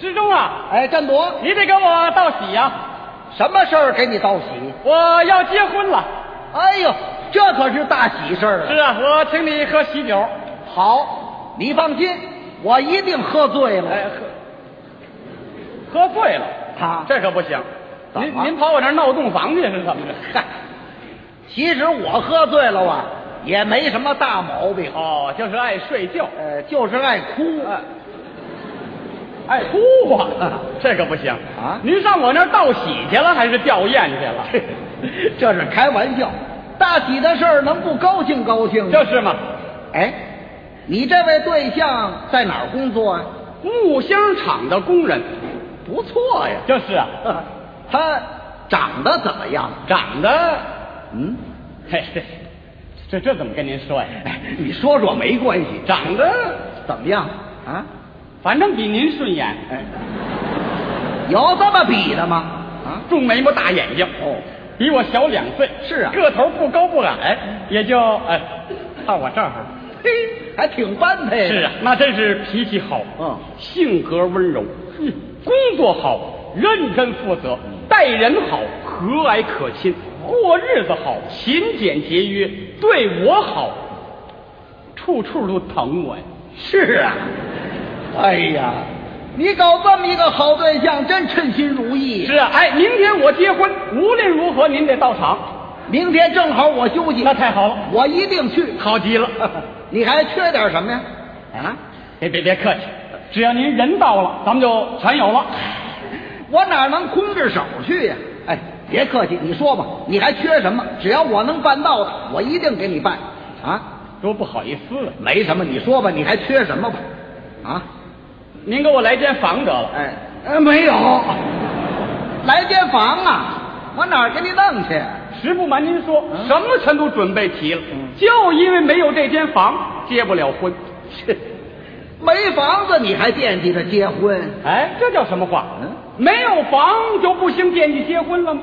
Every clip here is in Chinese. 师兄啊，哎，振铎，你得给我道喜呀、什么事儿给你道喜？我要结婚了。哎呦，这可是大喜事儿是啊！啊，我请你喝喜酒。好，你放心，我一定喝醉了。哎，喝喝醉了，他这可不行。怎您么您跑我这儿闹洞房去是怎么着？ 嗨，其实我喝醉了啊，也没什么大毛病，哦，就是爱睡觉，呃，就是爱哭。哎，爱哭啊啊，这可不行啊您上我那儿道喜去了，还是吊唁去了？这是开玩笑，大喜的事儿能不高兴高兴吗？就是嘛，哎，你这位对象在哪儿工作啊？ 木星厂的工人，不错呀，就是啊，他长得怎么样？长得嗯，嘿，嘿，这这怎么跟您说呀？哎你说说没关系，长得怎么样啊？反正比您顺眼，哎，有这么比的吗？啊，重眉毛大眼睛，哦，比我小两岁，是啊个头不高不矮，也就哎，到我这儿哈嘿，还挺般配的。是啊，，那真是脾气好，嗯，性格温柔，嗯，工作好，认真负责，待人好，和蔼可亲，过日子好，勤俭节约，对我好，处处都疼我呀。是啊，哎呀，你搞这么一个好对象，真称心如意。是啊，哎，明天我结婚，无论如何您得到场。明天正好我休息，那太好了，我一定去。 好极了。你还缺点什么呀？啊，别别别客气，只要您人到了，咱们就全有了。我哪能空着手去呀、哎，别客气，你说吧，你还缺什么？只要我能办到的，我一定给你办。啊，多不好意思啊！没什么，你说吧，你还缺什么吧？啊，您给我来间房得了。哎，呃，没有，来间房啊，我哪儿给你弄去？实不瞒您说，嗯什么全都准备齐了，嗯就因为没有这间房，结不了婚。没房子你还惦记着结婚？哎，这叫什么话？嗯没有房就不兴惦记结婚了吗？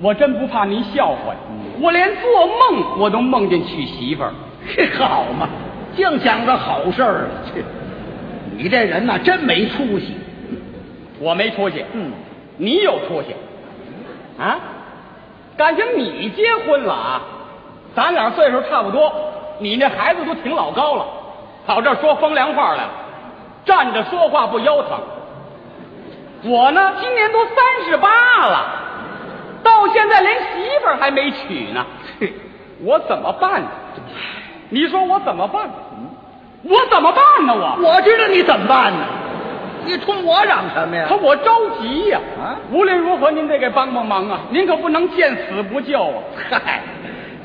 我真不怕您笑话呀，嗯我连做梦我都梦见娶媳妇儿。嘿，好嘛，净想着好事儿了。切你这人呐，真没出息。我没出息，嗯，你有出息啊？感情你结婚了啊？咱俩岁数差不多，你那孩子都挺老高了，跑这儿说风凉话来了，站着说话不腰疼。我呢，今年都三十八了，到现在连媳妇儿还没娶呢， 嘿，我怎么办呢？你说我怎么办？嗯我怎么办呢？我我知道你怎么办呢？你冲我嚷什么呀可？我着急呀、啊无论如何，您得给帮帮忙啊！您可不能见死不救啊！ 嗨，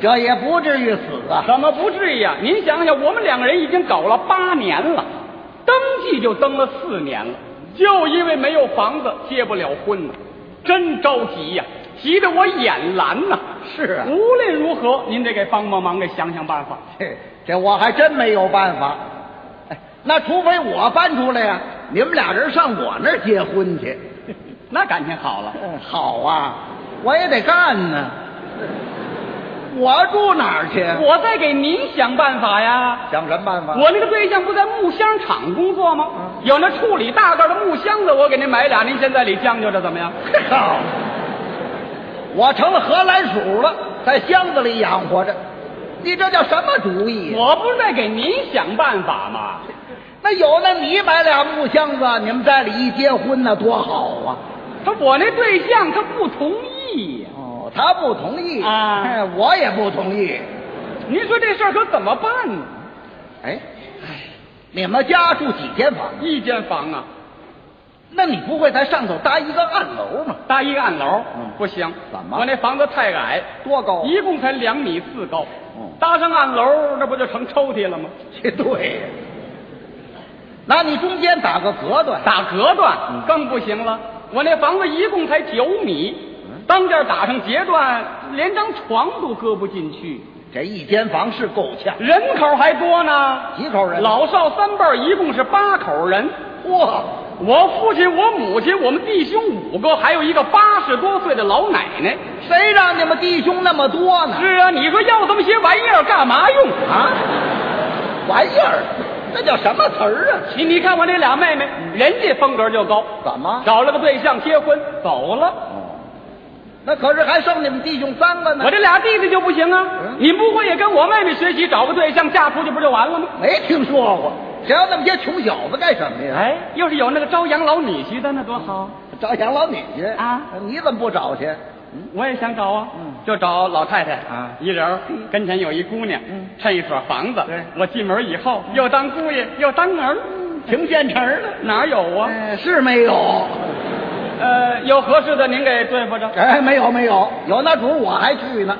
这也不至于死啊。 怎么不至于啊？您想想，我们两个人已经搞了八年了，登记就登了四年了，就因为没有房子，结不了婚呢，真着急呀、急得我眼蓝呐、是啊无论如何，您得给帮帮忙，给想想办法。嘿，这我还真没有办法。哎，那除非我搬出来呀、你们俩人上我那儿结婚去。那感情好了，嗯 好啊，我也得干呢。我住哪儿去？我再给您想办法呀。想什么办法？我那个对象不在木箱厂工作吗？嗯有那处理大个的木箱子，我给您买俩，您先在里将就着，怎么样？靠！我成了荷兰鼠了，在箱子里养活着。你这叫什么主意呀？我不是在给您想办法吗？那有那你买俩木箱子，你们在里一结婚那多好啊！他我那对象他不同意呀、哦，他不同意啊哎 我也不同意。您说这事儿可怎么办呢？哎，你们家住几间房？一间房啊，那你不会在上头搭一个暗楼吗？搭一个暗楼，嗯不行，怎么我那房子太矮，多高啊一共才两米四高，嗯搭上暗楼，那不就成抽屉了吗？这对呀，那你中间打个隔断，打隔断嗯更不行了。我那房子一共才九米，嗯当间打上截断，连张床都搁不进去。这一间房是够呛，人口还多呢，几口人？老少三辈儿一共是八口人。哇，我父亲、我母亲、我们弟兄五个，还有一个八十多岁的老奶奶。啊谁让你们弟兄那么多呢？是啊，你说要这么些玩意儿干嘛用？啊，玩意儿，这叫什么词儿啊？你你看我这俩妹妹，人家风格就高，怎么找了个对象结婚走了。哦，那可是还剩你们弟兄三个呢。我这俩弟弟就不行啊嗯！你不会也跟我妹妹学习，找个对象嫁出去不就完了吗？没听说过，谁要那么些穷小子干什么呀？哎，要是有那个招养老女婿的那多好！找养老女去啊？你怎么不找去？嗯，我也想找啊嗯，就找老太太啊一人儿跟前有一姑娘嗯，趁一所房子对，嗯我进门以后又当姑爷又当儿，挺现成的，哪有啊？哎是没有，呃，有合适的您给对付着。嗯哎，没有没有，有那主儿我还去呢，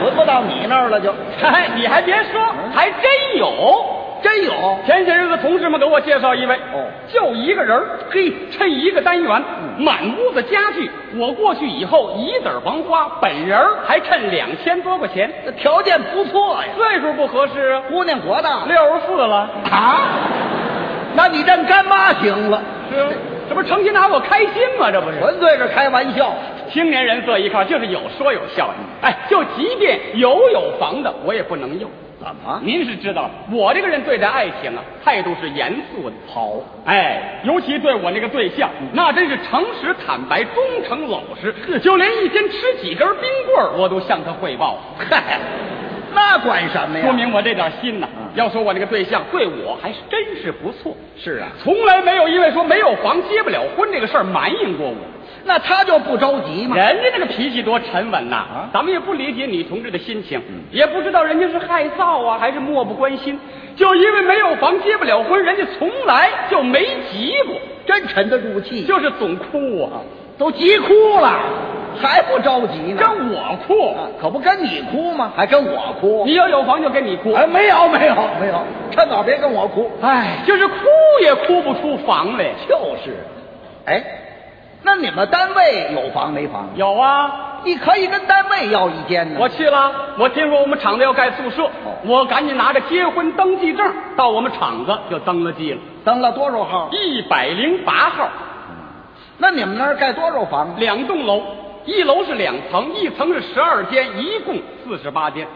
轮不到你那儿了就，嗨，哎你还别说，嗯还真有。真有，前些日子同事们给我介绍一位，哦嗯就一个人儿，嘿，趁一个单元，满屋子家具，我过去以后一子儿甭花，本人儿还趁两千多块钱，这条件不错呀，岁数不合适啊，姑娘多大？六十四了，啊？那你认干妈行了，是吗这不是成心拿我开心吗？这不是纯粹是开玩笑。青年人坐一块儿就是有说有笑的，哎，就即便有有房的，我也不能用。怎么？您是知道，我这个人对待爱情啊，态度是严肃的。好，哎，尤其对我那个对象，那真是诚实、坦白、忠诚、老实，就连一天吃几根冰棍儿，我都向他汇报。嗨，那管什么呀？说明我这点心呐、嗯要说我那个对象对我还是真是不错，是啊，从来没有一位说没有房结不了婚这个事儿埋怨过我。那他就不着急嘛。人家那个脾气多沉稳呐、啊嗯咱们也不理解女同志的心情，也不知道人家是害臊啊，还是漠不关心。就因为没有房结不了婚，人家从来就没急过，真沉得住气，就是总哭啊。嗯都急哭了，还不着急呢？跟我哭，啊可不跟你哭吗？还跟我哭？你要有房就跟你哭，哎，没有没有没有，趁早别跟我哭。哎，就是哭也哭不出房来。就是，哎，那你们单位有房没房？有啊，你可以跟单位要一间呢。我去了，我听说我们厂子要盖宿舍，哦我赶紧拿着结婚登记证到我们厂子就登了记了，登了多少号？一百零八号，那你们那儿盖多少房啊？两栋楼，一楼是两层，一层是十二间，一共四十八间。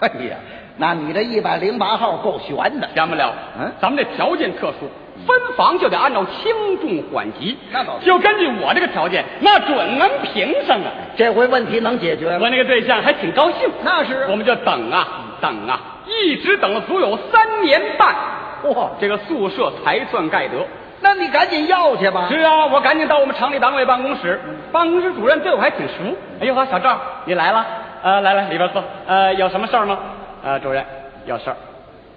哎呀，那你这一百零八号够悬的。嫌不了，嗯咱们这条件特殊，分房就得按照轻重缓急。那倒是就根据我这个条件，那准能评上啊。这回问题能解决吗？我那个对象还挺高兴，嗯那是我们就等啊等啊，一直等了足有三年半，哇，这个宿舍才算盖得。那你赶紧要去吧。是啊，我赶紧到我们厂里党委办公室，办公室主任对我还挺熟。哎呦呵，小赵，你来了，呃，来来里边坐。呃，有什么事儿吗？呃，主任，有事儿。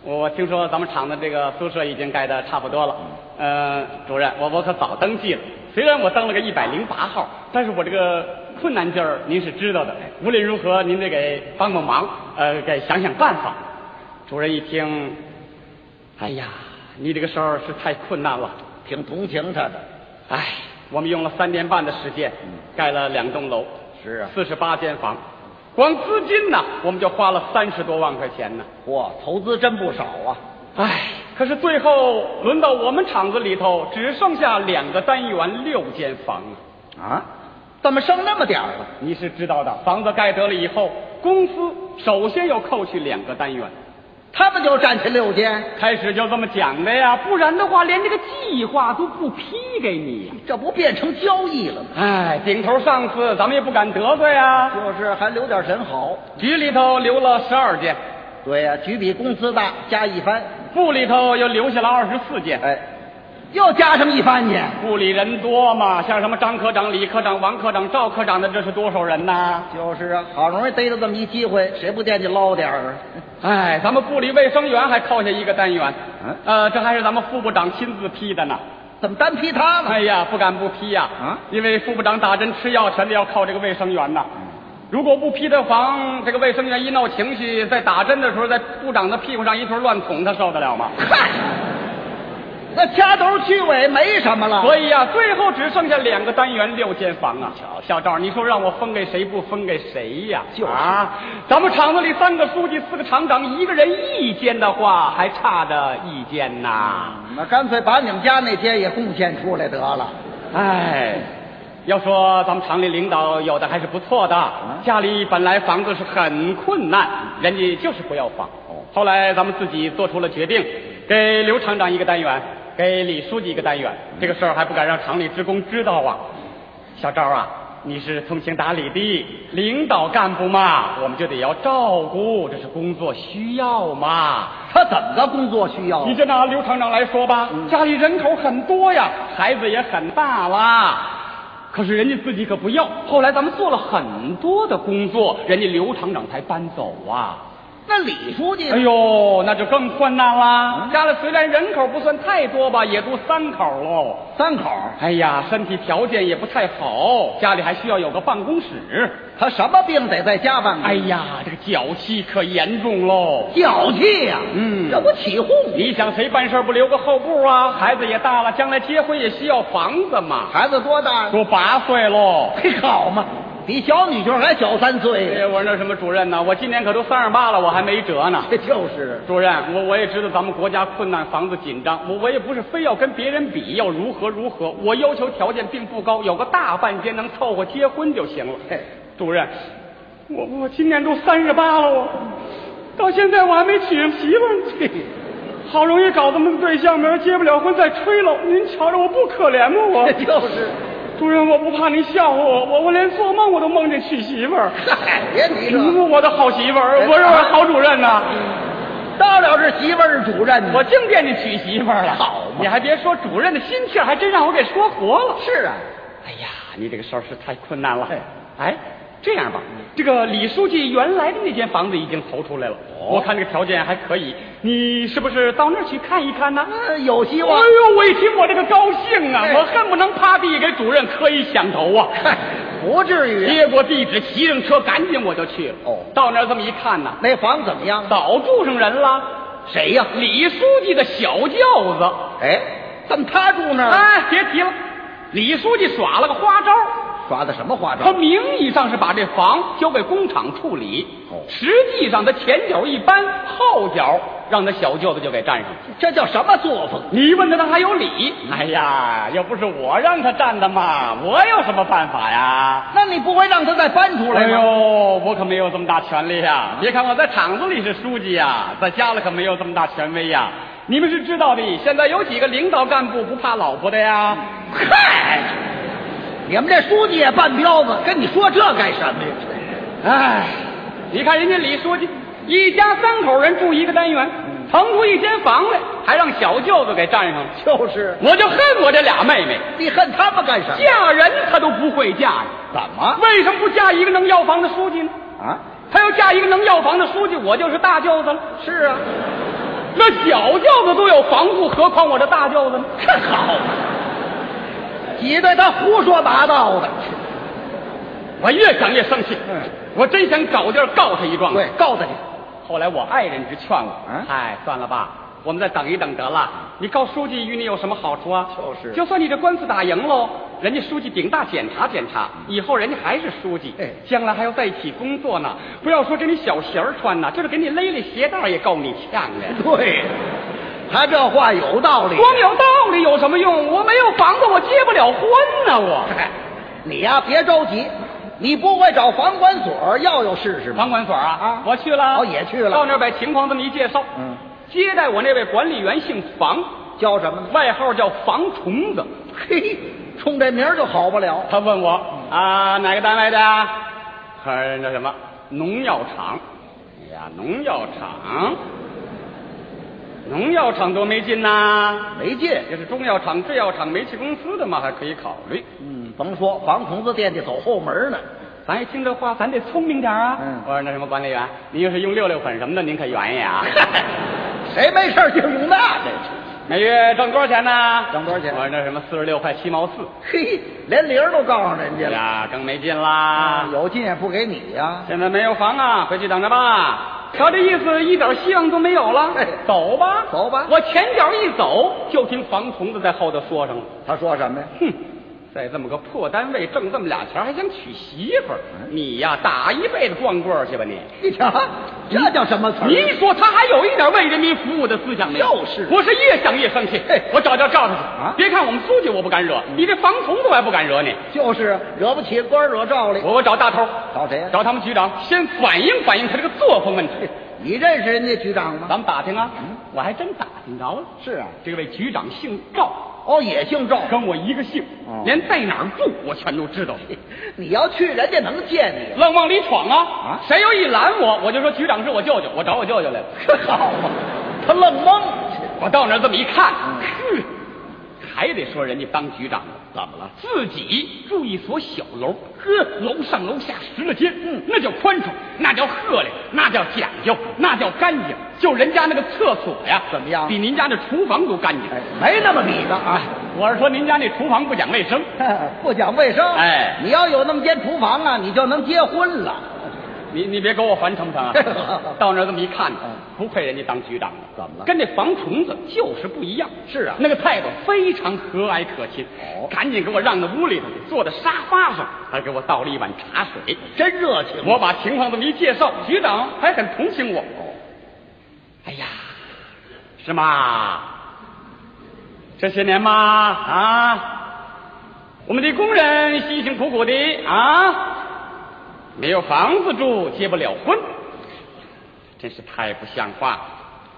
我听说咱们厂的这个宿舍已经盖得差不多了。呃，主任，我我可早登记了，虽然我登了个一百零八号，但是我这个困难劲儿您是知道的。无论如何，您得给帮帮忙，呃，给想想办法。主任一听，哎呀，你这个事儿是太困难了。挺同情他的。唉，哎我们用了三年半的时间，盖了两栋楼，嗯是啊四十八间房，光资金呢，我们就花了三十多万块钱呢。嚯，投资真不少啊！唉，可是最后轮到我们厂子里头，只剩下两个单元六间房啊。啊，怎么剩那么点儿了？你是知道的，房子盖得了以后，公司首先要扣去两个单元，他们就占去六间，开始就这么讲的呀，不然的话，连这个计划都不批给你呀。这不变成交易了吗？唉，顶头上司咱们也不敢得罪啊，就是还留点神好。局里头留了十二间。对呀、局比公司大，加一番，部里头又留下了二十四件。哎，又加上一番去。部里人多嘛，像什么张科长、李科长、王科长、赵科长的，这是多少人呐？就是啊，好容易逮着这么一机会，谁不惦记捞点儿啊？哎，咱们部里卫生员还扣下一个单元嗯，呃，这还是咱们副部长亲自批的呢。怎么单批他了？哎呀，不敢不批呀、啊因为副部长打针吃药，全得要靠这个卫生员呐。嗯如果不批他房，这个卫生员一闹情绪，在打针的时候，在部长的屁股上一通乱捅，他受得了吗？嗨，那掐头去尾没什么了。所以呀、最后只剩下两个单元六间房啊！小赵，你说让我分给谁不分给谁呀、就是啊，咱们厂子里三个书记、四个厂长，一个人一间的话，还差着一间呐。啊那干脆把你们家那间也贡献出来得了。哎，要说咱们厂里领导有的还是不错的，家里本来房子是很困难，人家就是不要房。后来咱们自己做出了决定，给刘厂长一个单元，给李书记一个单元，这个事儿还不敢让厂里职工知道啊。小赵啊，你是通情达理的领导干部嘛，我们就得要照顾，这是工作需要嘛。他怎么个工作需要啊你？就拿刘厂长来说吧，家里人口很多呀，孩子也很大啦。可是人家自己可不要。后来咱们做了很多的工作，人家刘厂长才搬走啊。那李书记呢，哎呦，那就更困难啦。家里虽然人口不算太多吧，也都三口喽。三口，哎呀，身体条件也不太好，家里还需要有个办公室。他什么病得在家办？哎，呀，这个脚气可严重喽。脚气呀、嗯这不起哄？你想谁办事儿不留个后步啊？孩子也大了，将来结婚也需要房子嘛。孩子多大呀？都八岁喽。嘿，好嘛，比小女婿还小三岁哎，。我说那什么主任呢？我今年可都三十八了，我还没辙呢。这就是主任，我我也知道咱们国家困难，房子紧张，我我也不是非要跟别人比，要如何如何。我要求条件并不高，有个大半间能凑合结婚就行了。嘿主任，我我今年都三十八了，我到现在我还没娶上媳妇儿呢，好容易搞这么个对象，明儿结不了婚再吹了。您瞧着我不可怜吗？我这就是。主任，我不怕您笑话我，我我连做梦我都梦见娶媳妇儿。嗨，别提这，嗯我的好媳妇儿，我是我好主任呐、到了是媳妇儿是主任哎我我净惦记娶媳妇儿了。好嘛你还别说，主任的心气儿还真让我给说活了。是啊，哎呀，你这个事儿是太困难了哎。哎，这样吧，这个李书记原来的那间房子已经投出来了，我看这个条件还可以，你是不是到那儿去看一看呢？嗯，有希哎望。呦，我一听我这个高兴啊，哎我恨不能趴地给主任磕一响头啊！嗨，哎不至于。接过地址，骑上车，赶紧我就去了。哦到那儿这么一看呐，那房怎么样？啊早住上人了。谁呀、李书记的小轿子。哎，怎么他住那儿？哎，别提了，李书记耍了个花招，耍的什么花他招？名义上是把这房交给工厂处理，哦实际上他前脚一搬，后脚让他小舅子就给占上了。这叫什么作风？你一问他，他还有理。哎呀，又不是我让他占的嘛，我有什么办法呀？那你不会让他再搬出来哎呦吗？，我可没有这么大权利呀、别看我在厂子里是书记呀、在家里可没有这么大权威呀、你们是知道的，现在有几个领导干部不怕老婆的呀？嗯嗨，你们这书记也半彪子，跟你说这干什么呀？唉，哎你看人家李书记，一家三口人住一个单元，嗯腾出一间房来，还让小舅子给占上了。就是，我就恨我这俩妹妹，你恨他们干什么？嫁人她都不会嫁呀。怎么为什么不嫁一个能要房的书记呢？啊？她要嫁一个能要房的书记，我就是大舅子了。是啊，那小舅子都有防护，何况我这大舅子呢？这好，你对他胡说八道的。我越想越生气，嗯我真想找地儿告他一状。对，，告诉你，后来我爱人直劝我嗯，哎，算了吧，我们再等一等得了。你告书记与你有什么好处啊？就是就算你这官司打赢喽，人家书记顶大检查检查，以后人家还是书记，嗯哎将来还要在一起工作呢。不要说给你小鞋儿穿呐，就是给你勒勒鞋带儿也够你呛的。对，他这话有道理。光有道理有什么用？我没有房子，我结不了婚呐、 我。嗨你呀、别着急，你不会找房管所要要试试吗？房管所啊啊我去了，哦也去了到那儿把情况这么一介绍，嗯，接待我那位管理员姓房，叫什么呢？外号叫房虫子。嘿，冲这名儿就好不了。他问我啊，哪个单位的啊？还那什么农药厂？哎呀，农药厂，农药厂多没劲呐、没劲。也是中药厂、制药厂、煤气公司的嘛，还可以考虑。嗯，甭说房孔子惦记走后门呢。 咱一听这话，咱得聪明点儿啊！嗯我说那什么管理员，您要是用六六粉什么的，您可原意啊？ 谁没事儿就用那个？每月挣多少钱呢？挣多少钱我说那什么四十六块七毛四。嘿，连零儿都告诉人家哎了。啊呀，更没劲啦！有劲也不给你呀、现在没有房啊，回去等着吧。瞧这意思，一点希望都没有了哎。走吧，走吧我前脚一走，就听房虫子在后头说上了他说什么呀：“？哼，在这么个破单位挣这么俩钱儿，还想娶媳妇儿？嗯你呀，打一辈子光棍儿去吧你！你瞧，哎这叫什么词儿？啊你一说他还有一点为人民服务的思想没有？就是我是越想越生气嘿。我找叫赵他去啊嗯别看我们书记我不敢惹，你这房虫子我还不敢惹你。就是惹不哦起官儿惹赵哩。我我找大头，找谁呀找他们局长，先反映反映他这个作风问题。你认识人家局长咱吗？们打听啊，嗯我还真打听着了。是啊，这位局长姓赵，哦，也姓赵。跟我一个姓，哦连在哪儿住我全都知道。 你要去，人家能见你吗？愣往里闯啊啊！谁要一拦我，我就说局长是我舅舅，我找我舅 舅来了。好嘛，他愣懵。我到那儿这么一看，嗯哼，还得说人家当局长的怎么了？自己住一所小楼，呵，楼上楼下十来间，嗯那叫宽敞，那叫鹤亮，那叫讲究，那叫干净。就人家那个厕所呀，怎么样比您家那厨房都干净。哎，没那么比的啊。 我是说您家那厨房不讲卫生，不讲卫生，哎你要有那么间厨房啊，你就能结婚了。？你你别给我还成不成啊 到那儿这么一看嗯，不愧人家当局长的，怎么了跟这防虫子就是不一样。是啊那个态度非常和蔼可亲。哦赶紧给我让到屋里头去，坐在沙发上，还给我倒了一碗茶水。真热情我把情况这么一介绍，局长还很同情我。哦哎呀，是吗？这些年嘛，啊，我们的工人辛辛苦苦的啊，没有房子住，结不了婚，真是太不像话了。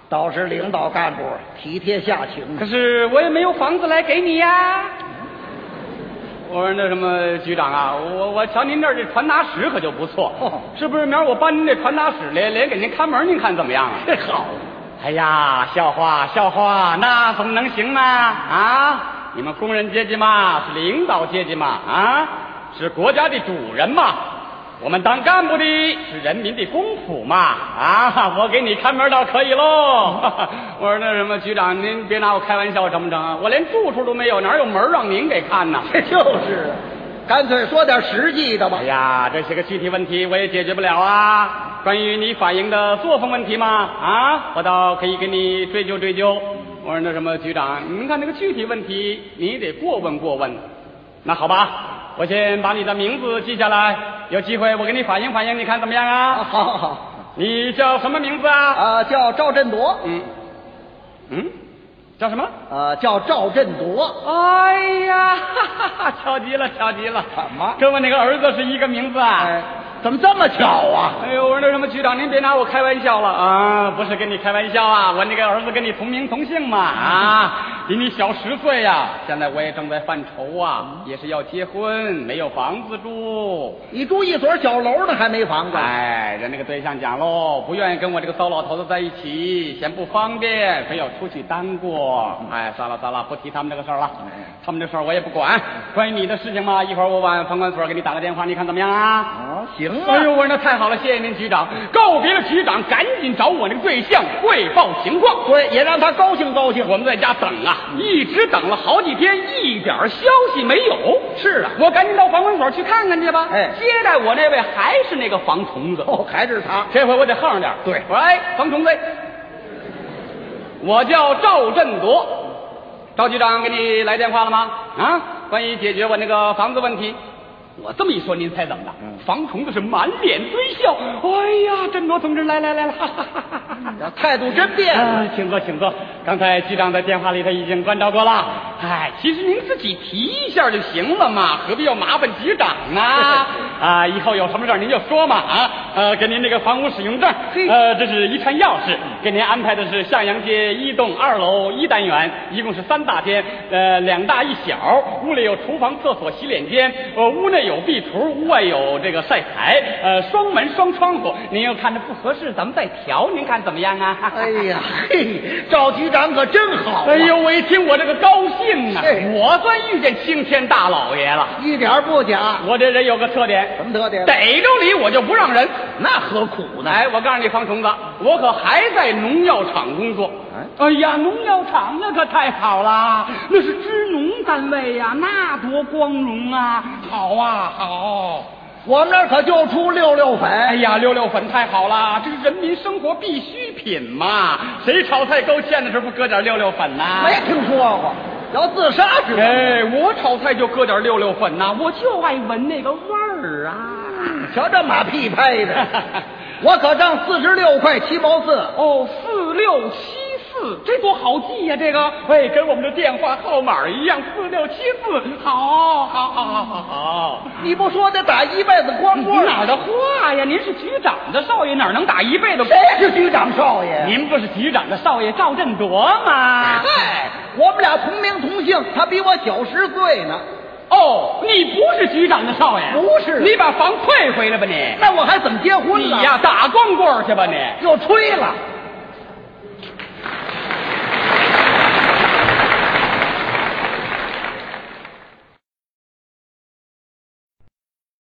倒是领导干部体贴下情 可是我也没有房子来给你呀。我说那什么局长啊，我我瞧您这儿这传达室可就不错，哦是不是？明儿我搬您这传达室来，连给您看门，您看怎么样啊？这好，哎呀，笑话笑话，那怎么能行呢？啊，你们工人阶级嘛，是领导阶级嘛，啊，是国家的主人嘛。我们当干部的是人民的公仆嘛，啊， 我给你看门倒可以喽。 我说那什么局长，您别拿我开玩笑成不成啊？我连住处都没有，哪有门让您给看呢？这就是，干脆说点实际的吧哎。呀，这些个具体问题我也解决不了啊。关于你反映的作风问题嘛，啊，我倒可以给你追究追究。我说那什么，局长，您看这个具体问题，你得过问过问。那好吧，我先把你的名字记下来，有机会我给你反映反映，你看怎么样啊，啊？好好好，你叫什么名字啊？啊，叫赵振铎，嗯嗯，叫什么？啊，叫赵振铎，哎呀，哈哈哈，巧极了，巧极了！怎么跟我那个儿子是一个名字啊？哎，怎么这么巧啊？哎呦，我说那什么局长，您别拿我开玩笑了啊！不是跟你开玩笑啊，我那个儿子跟你同名同姓嘛啊，比你小十岁呀、现在我也正在犯愁啊，也是要结婚，没有房子住。你住一所小楼呢，还没房子？哎，人那个对象讲喽，不愿意跟我这个糟老头子在一起，嫌不方便，非要出去单过。哎，算了算了，不提他们这个事儿了，他们这事儿我也不管。关于你的事情嘛，一会儿我往房管所给你打个电话，你看怎么样啊？哦，行啊。哎呦，我说那太好了，谢谢您局长。告别了局长，赶紧找我那个对象汇报情况。对，也让他高兴高兴。我们在家等啊，一直等了好几天，一点消息没有。是啊我赶紧到房管所去看看去吧。哎接待我那位还是那个防虫子。哦，还是他。这回我得横着点儿。对我说哎，冯虫子，我叫赵振铎，赵局长给你来电话了吗？啊，关于解决我那个房子问题。我这么一说，您猜怎么的？嗯房虫子是满脸堆笑。哎呀，振铎同志来来来了，哈哈哈哈哈哈！态度真变了。啊，请坐，请坐。刚才局长在电话里头已经关照过了。哎，其实您自己提一下就行了嘛，何必要麻烦局长呢？啊，以后有什么事儿您就说嘛啊。呃，给您这个房屋使用证嘿，呃，这是遗产钥匙，给您安排的是向阳街一栋二楼一单元，一共是三大间，呃，两大一小，屋里有厨房、厕所、洗脸间，呃，屋内有壁橱，屋外有这个晒台，呃，双门双窗户。您要看着不合适，咱们再调，您看怎么样啊？ 哎呀，嘿，赵局长可真好、啊。哎呦，，我一听我这个高兴啊是！我算遇见青天大老爷了。一点儿不假。我这人有个特点，什么特点？逮着你我就不让人。那何苦呢？哎，我告诉你，方虫子，我可还在农药厂工作。哎呀，农药厂那可太好啦，那是支农单位呀、那多光荣啊！好啊，好。我们那儿可就出六六粉。哎呀，六六粉太好啦，这是人民生活必需品嘛。谁炒菜勾芡的时候不搁点六六粉呐、没听说过，要自杀似的。哎，我炒菜就搁点六六粉呐、我就爱闻那个味儿啊。瞧这马屁 拍的，我可挣四十六块七毛四。哦，四六七四四，这多好记呀、这个，哎，跟我们的电话号码一样，四六七四，好，好，好，好，好，好。你不说得打一辈子光棍哪儿的话呀？您是局长的少爷，哪能打一辈子？谁是局长少爷？您不是局长的少爷赵振铎吗？嗨，我们俩同名同姓，他比我小十岁呢。哦，你不是局长的少爷，不是你把房退回来吧你，那我还怎么结婚你了？呀打光棍儿去吧你。又吹了。